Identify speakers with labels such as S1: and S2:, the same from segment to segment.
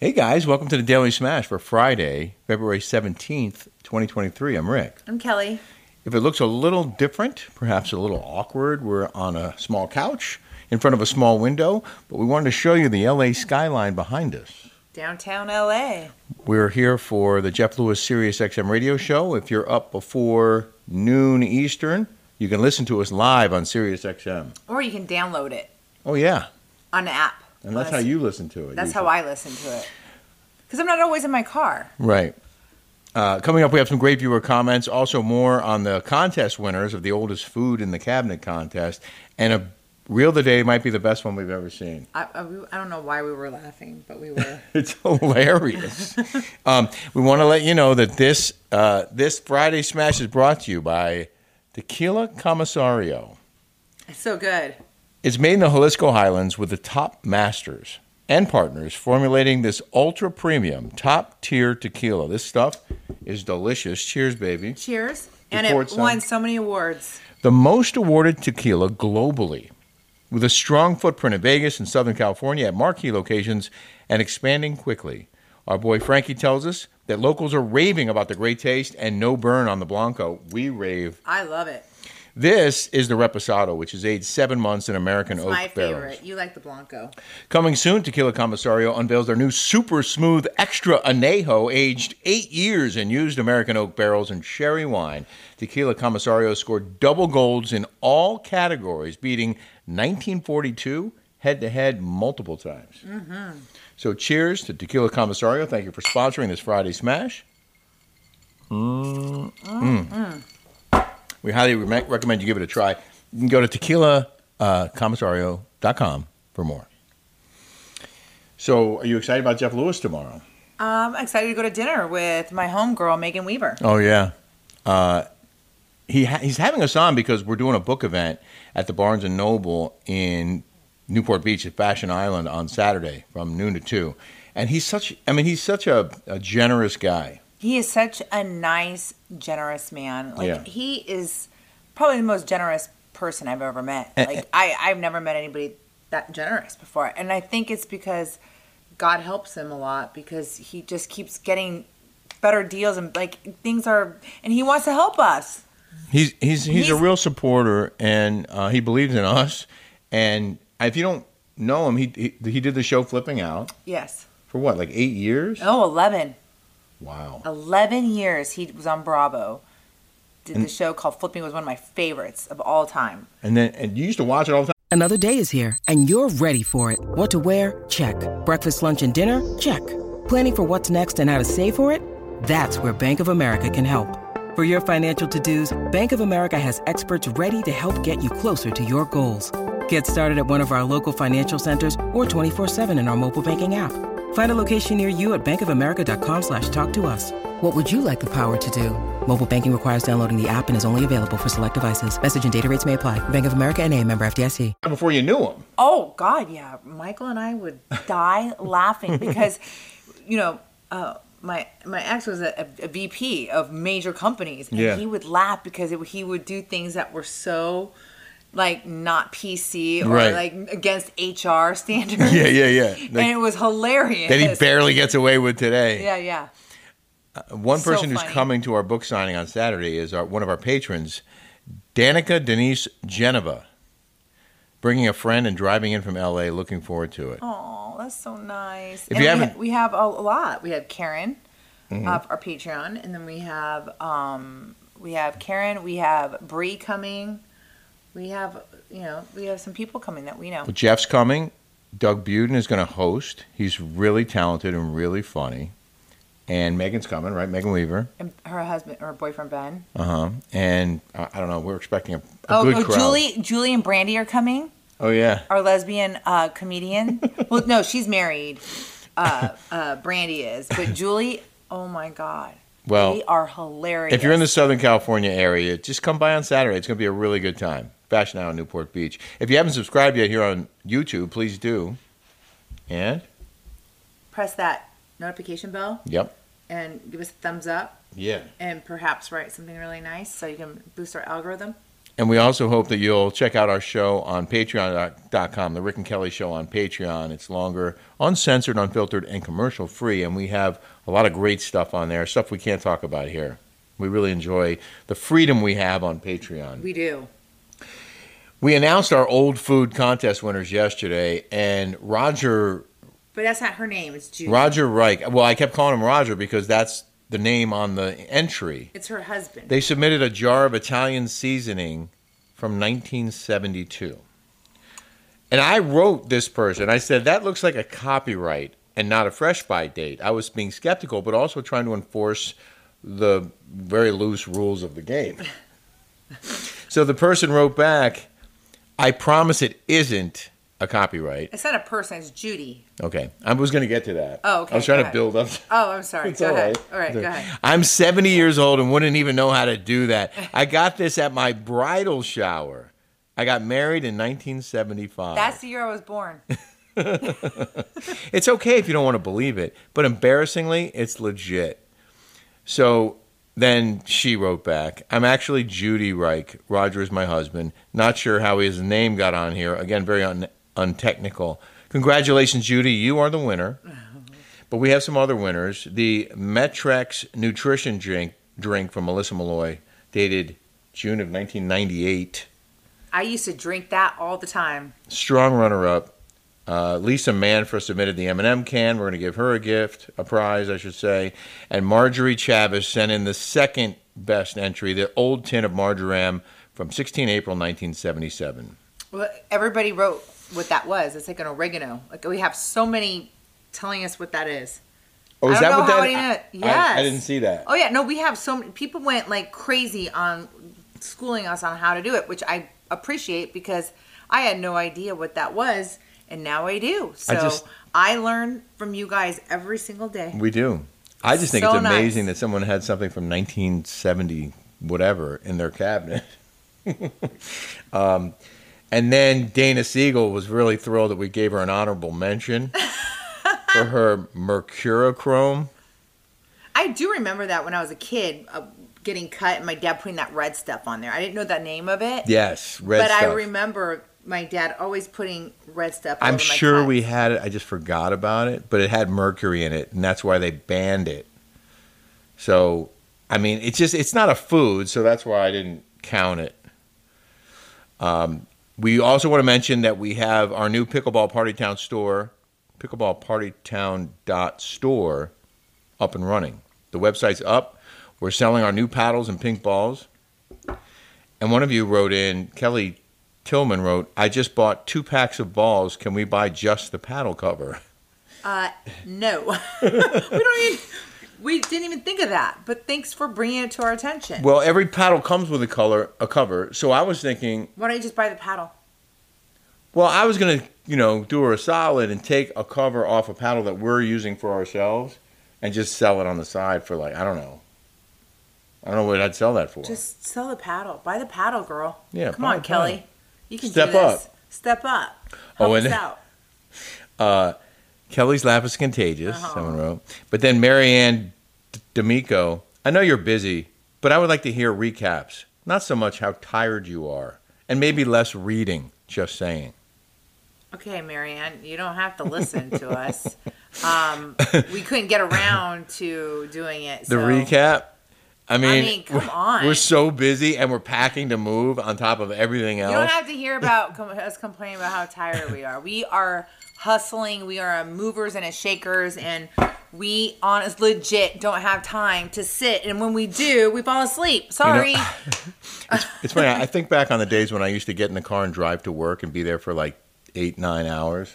S1: Hey guys, welcome to the Daily Smash for Friday, February 17th, 2023. I'm Rick.
S2: I'm Kelly.
S1: If it looks a little different, perhaps a little awkward, we're on a small couch in front of a small window, but we wanted to show you the LA skyline behind us.
S2: Downtown LA.
S1: We're here for the Jeff Lewis Sirius XM radio show. If you're up before noon Eastern, you can listen to us live on Sirius XM.
S2: Or you can download it
S1: Oh, yeah.
S2: on an app.
S1: And that's how you listen to it.
S2: That's how I listen to it. Because I'm not always in my car.
S1: Right. Uh, coming up, we have some great viewer comments. Also, more on the contest winners of the oldest food in the cabinet contest. And a reel of the day might be the best one we've ever seen.
S2: I, I, we- I don't know why we were laughing, but we were.
S1: It's hilarious. um, we want to let you know that this uh, this Friday smash is brought to you by Tequila Commissario.
S2: it's so good.
S1: It's made in the Jalisco Highlands with the top masters and partners formulating this ultra premium, top tier tequila. This stuff is delicious. Cheers, baby.
S2: Cheers. And
S1: Before
S2: it
S1: it's
S2: won
S1: done.
S2: so many awards.
S1: the most awarded tequila globally, with a strong footprint in Vegas and Southern California at marquee locations and expanding quickly. Our boy Frankie tells us that locals are raving about the great taste and no burn on the Blanco. We rave.
S2: I love it.
S1: This is the Reposado, which is aged seven months in American
S2: It's
S1: oak
S2: my
S1: barrels.
S2: favorite. You like the Blanco.
S1: Coming soon, Tequila Commissario unveils their new super smooth extra añejo, aged eight years in used American oak barrels and sherry wine. Tequila Commissario scored double golds in all categories, beating 1942 head to head multiple times. So, cheers to Tequila Commissario. Thank you for sponsoring this Friday Smash. Mm. We highly re- recommend you give it a try. You can go to uh, tequilacommissario.com for more. So, are you excited about Jeff Lewis tomorrow?
S2: Um, I'm excited to go to dinner with my homegirl, Megan Weaver.
S1: Oh yeah, uh, he ha- he's having us on because we're doing a book event at the Barnes and Noble in Newport Beach at Fashion Island on Saturday from noon to two. And he's such I mean he's such a, a generous guy.
S2: He is such a nice, generous man. Like
S1: Yeah.
S2: he is probably the most generous person I've ever met.
S1: And-
S2: Like I, I've never met anybody that generous before. And I think it's because God helps him a lot because he just keeps getting better deals and like things are and he wants to help us.
S1: He's he's he's, a
S2: He's-
S1: real supporter and uh, he believes in us. And if you don't know him, he, he he did the show flipping out
S2: Yes.
S1: for what like eight years.
S2: Oh, 11.
S1: Wow.
S2: 11 years he was on Bravo. Did the show called Flipping was one of my favorites of all time.
S1: And then and you used to watch it all the time.
S3: Another day is here, and you're ready for it. What to wear? Check. Breakfast, lunch, and dinner? Check. Planning for what's next and how to save for it? That's where Bank of America can help. For your financial to dos, Bank of America has experts ready to help get you closer to your goals. Get started at one of our local financial centers or 24-7 in our mobile banking app. Find a location near you at bankofamerica.com slash talk to us. What would you like the power to do? Mobile banking requires downloading the app and is only available for select devices. Message and data rates may apply. Bank of America and a member FDIC.
S1: before you knew him.
S2: Oh God, yeah. Michael and I would die laughing because, you know, uh, my my ex was a, a VP of major companies, and
S1: Yeah.
S2: he would laugh because it, he would do things that were so like not PC or
S1: Right.
S2: like against HR standards.
S1: Yeah, yeah, yeah. Like-
S2: and it was hilarious.
S1: that he barely gets away with today.
S2: yeah, yeah.
S1: One
S2: So
S1: person who's
S2: funny.
S1: coming to our book signing on Saturday is our, one of our patrons, Danica Denise Geneva, bringing a friend and driving in from LA. Looking forward to it.
S2: Oh, that's so nice.
S1: If
S2: and
S1: you
S2: we,
S1: haven't- Mm-hmm.
S2: ha- we have a lot. We have Karen, uh, our Patreon, and then we have um, we have Karen. We have Bree coming. We have you know we have some people coming that we know.
S1: But Jeff's coming. Doug Buden is going to host. He's really talented and really funny. And Megan's coming, right? Megan Weaver.
S2: And her husband, her boyfriend Ben.
S1: Uh huh. And uh, I, I don't know. We're expecting a, a
S2: oh,
S1: good
S2: oh
S1: crowd.
S2: Julie, Julie and Brandy are coming.
S1: Oh yeah.
S2: Our lesbian uh, comedian. well, no, she's married. Uh, uh, Brandy is, but Julie. Oh my God.
S1: Well,
S2: they are hilarious.
S1: If you're in the Southern California area, just come by on Saturday. It's going to be a really good time. Fashion Hour in Newport Beach. If you haven't subscribed yet here on YouTube, please do. And
S2: press that notification bell.
S1: yep,
S2: and give us a thumbs up
S1: yeah.
S2: and perhaps write something really nice so you can boost our algorithm.
S1: And we also hope that you'll check out our show on patreon.com, The Rick and Kelly Show on Patreon. It's longer, uncensored, unfiltered, and commercial free. And we have a lot of great stuff on there, stuff we can't talk about here. We really enjoy the freedom we have on Patreon.
S2: We do.
S1: We announced our old food contest winners yesterday, and Roger
S2: But that's not her name. It's Judy.
S1: Roger Reich. Well, I kept calling him Roger because that's the name on the entry.
S2: It's her husband.
S1: They submitted a jar of Italian seasoning from 1972. And I wrote this person, I said, that looks like a copyright and not a fresh by date. I was being skeptical, but also trying to enforce the very loose rules of the game. so the person wrote back, I promise it isn't a copyright.
S2: it's not a person. It's Judy.
S1: Okay. I was going to get to that.
S2: Oh, okay,
S1: I was trying to
S2: go ahead.
S1: build up.
S2: Oh, I'm sorry.
S1: It's
S2: go
S1: all
S2: ahead.
S1: right.
S2: All right, go ahead.
S1: I'm 70 years old and wouldn't even know how to do that. I got this at my bridal shower. I got married in 1975.
S2: That's the year I was born.
S1: it's okay if you don't want to believe it, but embarrassingly, it's legit. So then she wrote back, I'm actually Judy Reich. Roger is my husband. Not sure how his name got on here. Again, very un- untechnical. Congratulations, Judy. You are the winner. But we have some other winners. The Metrex nutrition drink, drink from Melissa Malloy, dated June of 1998
S2: I used to drink that all the time.
S1: strong runner-up. Uh, Lisa Manfra submitted the M&M can. We're going to give her a gift, a prize, I should say. And Marjorie Chavez sent in the second best entry, the old tin of marjoram from 16 April 1977.
S2: Well, everybody wrote what that was. It's like an oregano. Like we have so many telling us what that is.
S1: Oh,
S2: I don't know how he meant. Yes.
S1: I, I didn't see that.
S2: Oh yeah, no, we have so many people went like crazy on schooling us on how to do it, which I appreciate because I had no idea what that was, and now I do. So I,
S1: just-
S2: learn from you guys every single day.
S1: We do. I just think
S2: So
S1: it's amazing
S2: nice.
S1: that someone had something from 1970 whatever in their cabinet. um, and then Dana Siegel was really thrilled that we gave her an honorable mention for her mercurochrome.
S2: I do remember that when I was a kid, uh, getting cut, and my dad putting that red stuff on there. I didn't know the name of it,
S1: Yes, red
S2: but
S1: stuff.
S2: I remember my dad always putting red stuff.
S1: I'm
S2: over my
S1: sure
S2: cuts.
S1: we had it. I just forgot about it, but it had mercury in it, and that's why they banned it. So, I mean, it's just it's not a food, so that's why I didn't count it. Um, we also want to mention that we have our new pickleball party town store, pickleballpartytown.store, up and running. The website's up. We're selling our new paddles and pink balls. And one of you wrote in, Kelly Tillman wrote, I just bought two packs of balls. Can we buy just the paddle cover?
S2: Uh, no, we don't even. We didn't even think of that. But thanks for bringing it to our attention.
S1: Well, every paddle comes with a color, a cover. So I was thinking,
S2: Why don't you just buy the paddle?
S1: well, I was going to, you know, do her a solid and take a cover off a paddle that we're using for ourselves and just sell it on the side for like, I don't know. I don't know what I'd sell that for.
S2: Just sell the paddle. Buy the paddle, girl.
S1: Yeah,
S2: Come
S1: buy
S2: on,
S1: the
S2: Kelly.
S1: paddle.
S2: You can
S1: Step
S2: do this.
S1: up.
S2: Step up.
S1: Oh,
S2: Help
S1: and-
S2: us out.
S1: Uh, Kelly's laugh is contagious,
S2: Uh-huh.
S1: someone wrote. But then Marianne D- D'Amico, I know you're busy, but I would like to hear recaps. Not so much how tired you are, and maybe less reading, just saying.
S2: Okay, Marianne, you don't have to listen to us. Um, we couldn't get around to doing it.
S1: The
S2: so-
S1: recap? I mean,
S2: mean, come
S1: we're-
S2: on.
S1: We're so busy and we're packing to move on top of everything
S2: You don't
S1: else.
S2: have to hear about com- us complaining about how tired we are. We are hustling. We are a movers and a shakers, and we honest legit don't have time to sit. And when we do, we fall asleep. Sorry.
S1: it's funny, I I think back on the days when I used to get in the car and drive to work and be there for like eight, nine hours.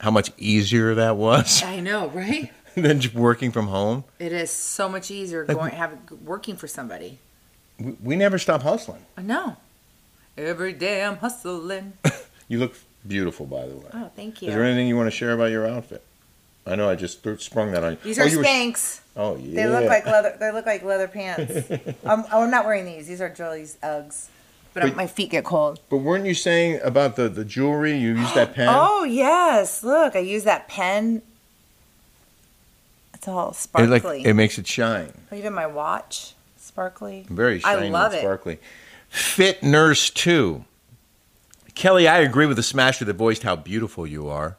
S1: How much easier that was
S2: I know, right?
S1: than just working from home.
S2: It is so much easier going have working for somebody.
S1: We, we never stop hustling.
S2: I know. Every day I'm hustling.
S1: You look beautiful, by the way.
S2: Oh, thank
S1: Is there
S2: you.
S1: anything you want to share about your outfit? I know I just th- sprung that on you.
S2: These
S1: Oh,
S2: are
S1: you were-
S2: Spanx.
S1: Oh yeah.
S2: They look like leather. They look like leather pants. I'm, oh, I'm not wearing these. These are Jolie's Uggs. But,
S1: But-
S2: my feet get cold.
S1: But weren't you saying about the the jewelry? You used that pen.
S2: Oh yes, look, I use that pen. It's all
S1: It, like,
S2: sparkly.
S1: it makes it shine.
S2: Even my watch, sparkly.
S1: Very shiny.
S2: I love
S1: and
S2: it.
S1: sparkly. Fit Nurse 2. Kelly, I agree with the smasher that voiced how beautiful you are.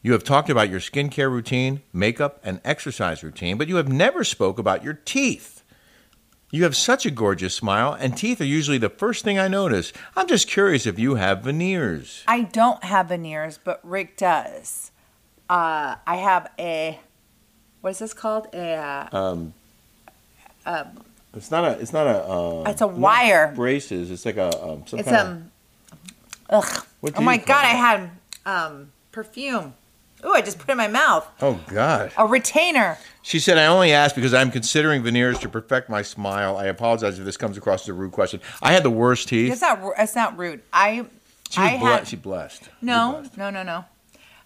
S1: You have talked about your skincare routine, makeup, and exercise routine, but you have never spoke about your teeth. You have such a gorgeous smile, and teeth are usually the first thing I notice. I'm just curious if you have veneers.
S2: I don't have veneers, but Rick does. Uh, I have a, what is this called? A, uh,
S1: Um, It's not a. It's not a. Um,
S2: Um, It's a not wire.
S1: Braces. It's like a. Um, some
S2: it's um, ugh.
S1: What
S2: oh
S1: do
S2: my
S1: you call
S2: god, I
S1: it?
S2: had um perfume. Ooh, I just put it in my mouth.
S1: Oh God.
S2: A retainer.
S1: She said, I only asked because I'm considering veneers to perfect my smile. I apologize if this comes across as a rude question. I had the worst teeth.
S2: It's not. ru- It's not rude. I.
S1: she was
S2: I
S1: ble-
S2: had-
S1: she blessed. You're
S2: No,
S1: blessed.
S2: no, no, no.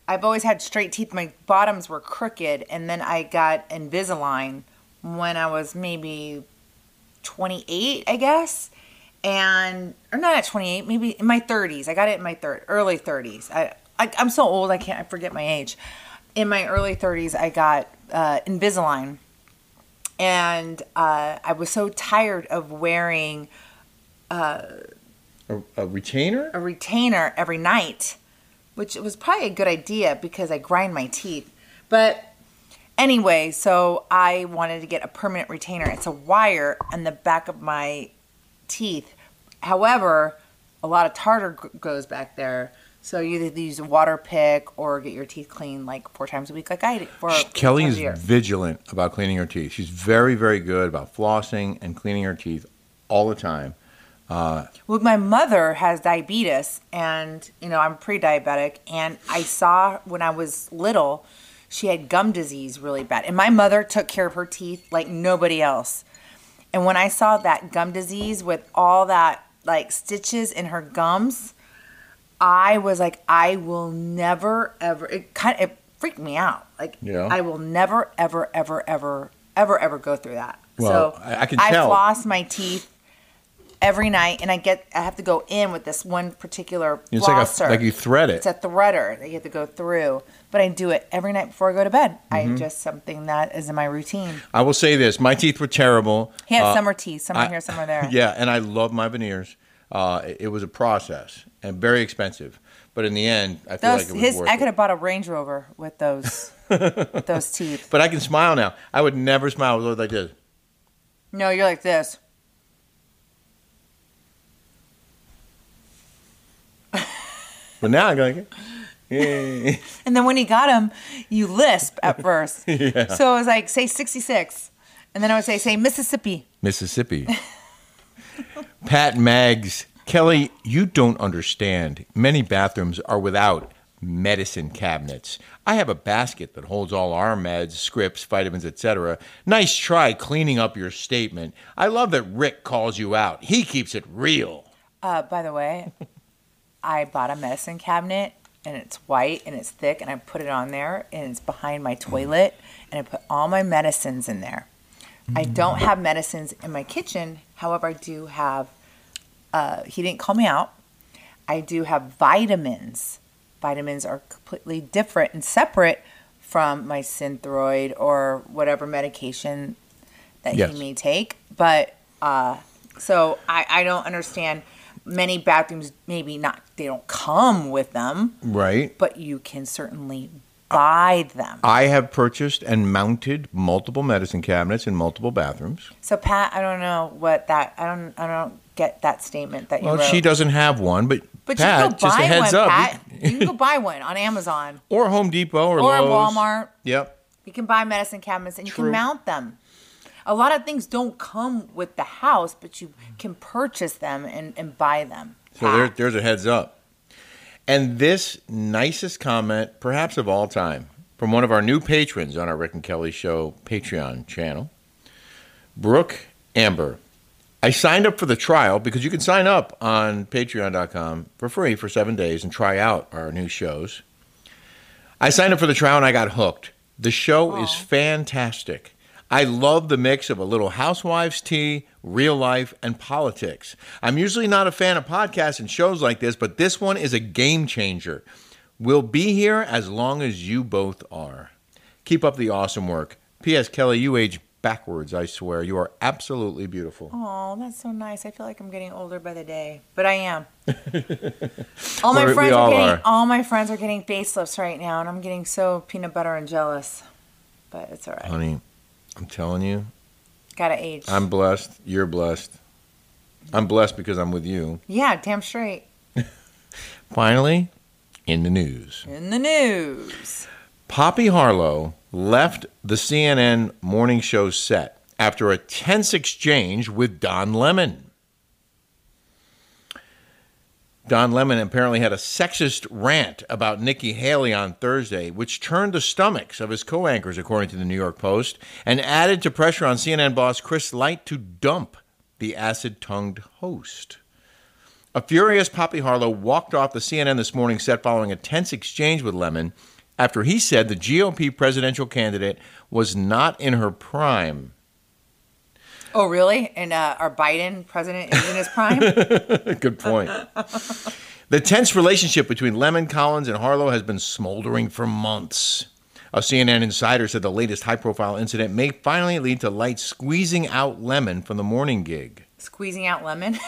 S2: I've always had straight teeth. My bottoms were crooked, and then I got Invisalign when I was maybe 28, I guess. And or not at 28, maybe in my 30s. I got it in my third, early 30s. I, I I'm so old, I can't. I forget my age. In my early 30s, I got uh, Invisalign, and uh, I was so tired of wearing
S1: A, a retainer?
S2: a retainer every night, which was probably a good idea because I grind my teeth. But anyway, so I wanted to get a permanent retainer. It's a wire on the back of my teeth. However, a lot of tartar g- goes back there. So you either use a water pick or get your teeth cleaned like four times a week, like I did. For
S1: She- Kelly
S2: for
S1: is
S2: years.
S1: vigilant about cleaning her teeth. She's very, very good about flossing and cleaning her teeth all the time. Uh,
S2: Well, my mother has diabetes, and you know I'm pre-diabetic, and I saw when I was little, she had gum disease really bad, and my mother took care of her teeth like nobody else. And when I saw that gum disease with all that like stitches in her gums, I was like, I will never ever. It kind of it freaked me out. Like,
S1: Yeah.
S2: I will never ever ever ever ever ever go through that.
S1: Well,
S2: so
S1: I- I can
S2: I
S1: tell.
S2: floss my teeth every night, and I get I have to go in with this one particular
S1: It's like a-
S2: flosser.
S1: like you thread it.
S2: It's a threader that you have to go through, but I do it every night before I go to bed.
S1: Mm-hmm.
S2: I just something that is in my routine.
S1: I will say this my teeth were terrible.
S2: He has
S1: Uh,
S2: summer teeth, somewhere
S1: I-
S2: here, somewhere there.
S1: Yeah, and I love my veneers. Uh, it- it was a process and very expensive. But in the end, I feel
S2: Those
S1: like it was
S2: his
S1: worth
S2: I
S1: it.
S2: could have bought a Range Rover with those with those teeth.
S1: But I can smile now. I would never smile with like this.
S2: No, you're like this.
S1: But now I'm like, yeah.
S2: And then when he got him, you lisp at first. So it was like say 66. And then I would say say Mississippi.
S1: Mississippi. Pat Maggs, Kelly, you don't understand. Many bathrooms are without medicine cabinets. I have a basket that holds all our meds, scripts, vitamins, etc. Nice try cleaning up your statement. I love that Rick calls you out. He keeps it real.
S2: Uh, by the way, I bought a medicine cabinet and it's white and it's thick and I put it on there and it's behind my toilet and I put all my medicines in there. I don't have medicines in my kitchen. However, I do have, uh, he didn't call me out. I do have vitamins. Vitamins are completely different and separate from my synthroid or whatever medication that
S1: Yes.
S2: he may take. But uh, so I, I don't understand. Many bathrooms, maybe not, they don't come with them,
S1: Right?
S2: but you can certainly buy them.
S1: I have purchased and mounted multiple medicine cabinets in multiple bathrooms.
S2: So Pat, I don't know what that. I don't. I don't get that statement that you
S1: Well,
S2: wrote.
S1: she doesn't have one, but,
S2: But
S1: Pat,
S2: you can go
S1: just a
S2: buy
S1: heads
S2: one,
S1: up,
S2: Pat. you can go buy one on Amazon
S1: or Home Depot or,
S2: or
S1: Lowe's.
S2: Walmart.
S1: Yep.
S2: You can buy medicine cabinets and you
S1: True.
S2: can mount them. A lot of things don't come with the house, but you can purchase them and, and buy them.
S1: So there, there's a heads up. And this nicest comment, perhaps of all time, from one of our new patrons on our Rick and Kelly Show Patreon channel, Brooke Amber. I signed up for the trial because you can sign up on patreon.com for free for seven days and try out our new shows. I signed up for the trial and I got hooked. The show is fantastic. I love the mix of a little housewives tea, real life, and politics. I'm usually not a fan of podcasts and shows like this, but this one is a game changer. We'll be here as long as you both are. Keep up the awesome work. P.S. Kelly, you age backwards, I swear. You are absolutely beautiful.
S2: Oh, that's so nice. I feel like I'm getting older by the day, but I am. all my
S1: We're- we
S2: friends are
S1: all
S2: getting
S1: are.
S2: all my friends are getting facelifts right now, and I'm getting so peanut butter and jealous. But it's all right.
S1: Honey, I'm telling you,
S2: Gotta age.
S1: I'm blessed. You're blessed. I'm blessed because I'm with you.
S2: yeah, damn straight.
S1: Finally, in the news.
S2: In the news.
S1: Poppy Harlow left the CNN morning show set after a tense exchange with Don Lemon. Don Lemon apparently had a sexist rant about Nikki Haley on Thursday, which turned the stomachs of his co anchors, according to the New York Post, and added to pressure on CNN boss Chris Light to dump the acid tongued host. A furious Poppy Harlow walked off the CNN This Morning set following a tense exchange with Lemon after he said the GOP presidential candidate was not in her prime.
S2: Oh, really? And uh, our Biden president is in his prime.
S1: Good point. the tense relationship between Lemon, Collins, and Harlow has been smoldering for months. A CNN insider said the latest high profile incident may finally lead to Light squeezing out Lemon from the morning gig.
S2: Squeezing out lemon.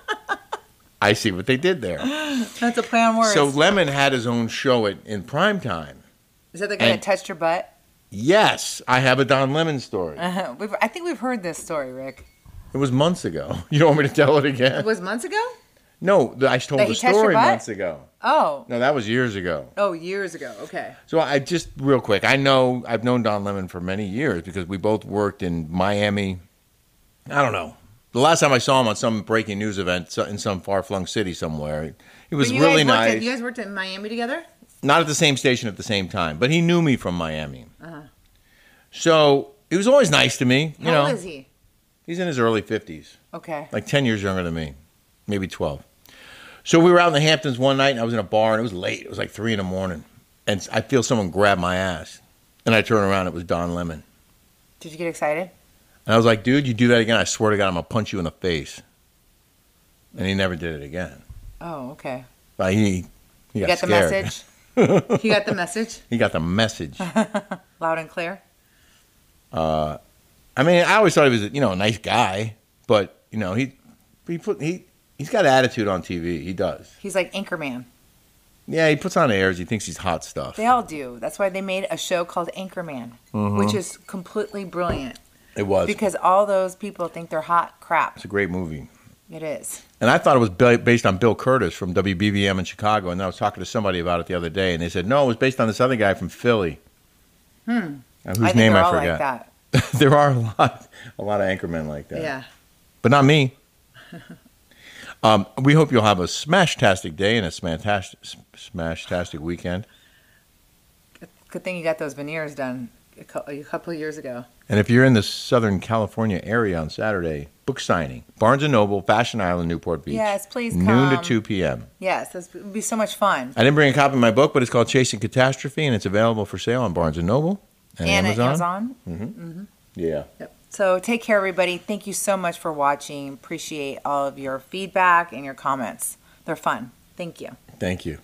S1: I see what they did there.
S2: that's a play on words.
S1: So Lemon had his own show at, in prime time.
S2: is that the guy
S1: and-
S2: that touched your butt?
S1: Yes, I have a Don Lemon story.
S2: Uh-huh. We've, I think we've heard this story, Rick.
S1: It was months ago. You don't want me to tell it
S2: It
S1: again?
S2: was months ago.
S1: No, th- I told
S2: That
S1: the
S2: he touched your
S1: story
S2: butt?
S1: months ago.
S2: Oh,
S1: No, that was years ago.
S2: oh, years ago. Okay.
S1: So I just real quick. I know I've known Don Lemon for many years because we both worked in Miami. I don't know. The last time I saw him on some breaking news event so- in some far flung city somewhere, he was
S2: But you
S1: really
S2: guys worked
S1: nice.
S2: in- you guys worked in Miami together.
S1: Not at the same station at the same time, but he knew me from Miami. So he was always nice to me. You
S2: Uh-huh. How
S1: know,
S2: old is he?
S1: he's in his early fifties.
S2: Okay.
S1: like 10 years younger than me, maybe 12. So we were out in the Hamptons one night, and I was in a bar, and it was late. It was like 3 in the morning. And I feel someone grab my ass. And I turn around, it was Don Lemon.
S2: Did you get excited?
S1: And I was like, dude, you do that again, I swear to God, I'm going to punch you in the face. And he never did it again.
S2: Oh, okay.
S1: But he, he
S2: You
S1: got,
S2: got the
S1: scared.
S2: message. He got the message
S1: he got the message.
S2: loud and clear.
S1: Uh, I mean, I always thought he was, you know, a nice guy, but, you know, he, he put, he, he's got attitude on TV. He does.
S2: He's like Anchorman.
S1: Yeah, he puts on airs. He thinks he's hot stuff.
S2: They all do. That's why they made a show called Anchorman,
S1: Mm-hmm.
S2: which is completely brilliant
S1: It was.
S2: because all those people think they're hot crap.
S1: It's a great movie.
S2: It is.
S1: And I thought it was ba- based on Bill Curtis from WBVM in Chicago. And I was talking to somebody about it the other day, and they said, no, it was based on this other guy from Philly. Hmm. Whose
S2: I think
S1: name
S2: they're
S1: I
S2: all like
S1: forgot.
S2: that.
S1: there are a lot, a lot of anchormen like that.
S2: Yeah.
S1: But not me. um, we hope you'll have a smash-tastic day and a smash-tastic, smash-tastic weekend.
S2: Good thing you got those veneers done a cou- a couple of years ago.
S1: And if you're in the Southern California area on Saturday, book signing, Barnes & Noble, Fashion Island, Newport Beach.
S2: Yes, please
S1: Noon to
S2: come.
S1: 2 p.m.
S2: Yes, this would be so much fun.
S1: I didn't bring a copy of my book, but it's called Chasing Catastrophe, and it's available for sale on Barnes and Noble and,
S2: and
S1: Amazon.
S2: at Amazon.
S1: Yeah.
S2: Yep. So take care, everybody. Thank you so much for watching. Appreciate all of your feedback and your comments. They're fun. Thank you.
S1: Thank you.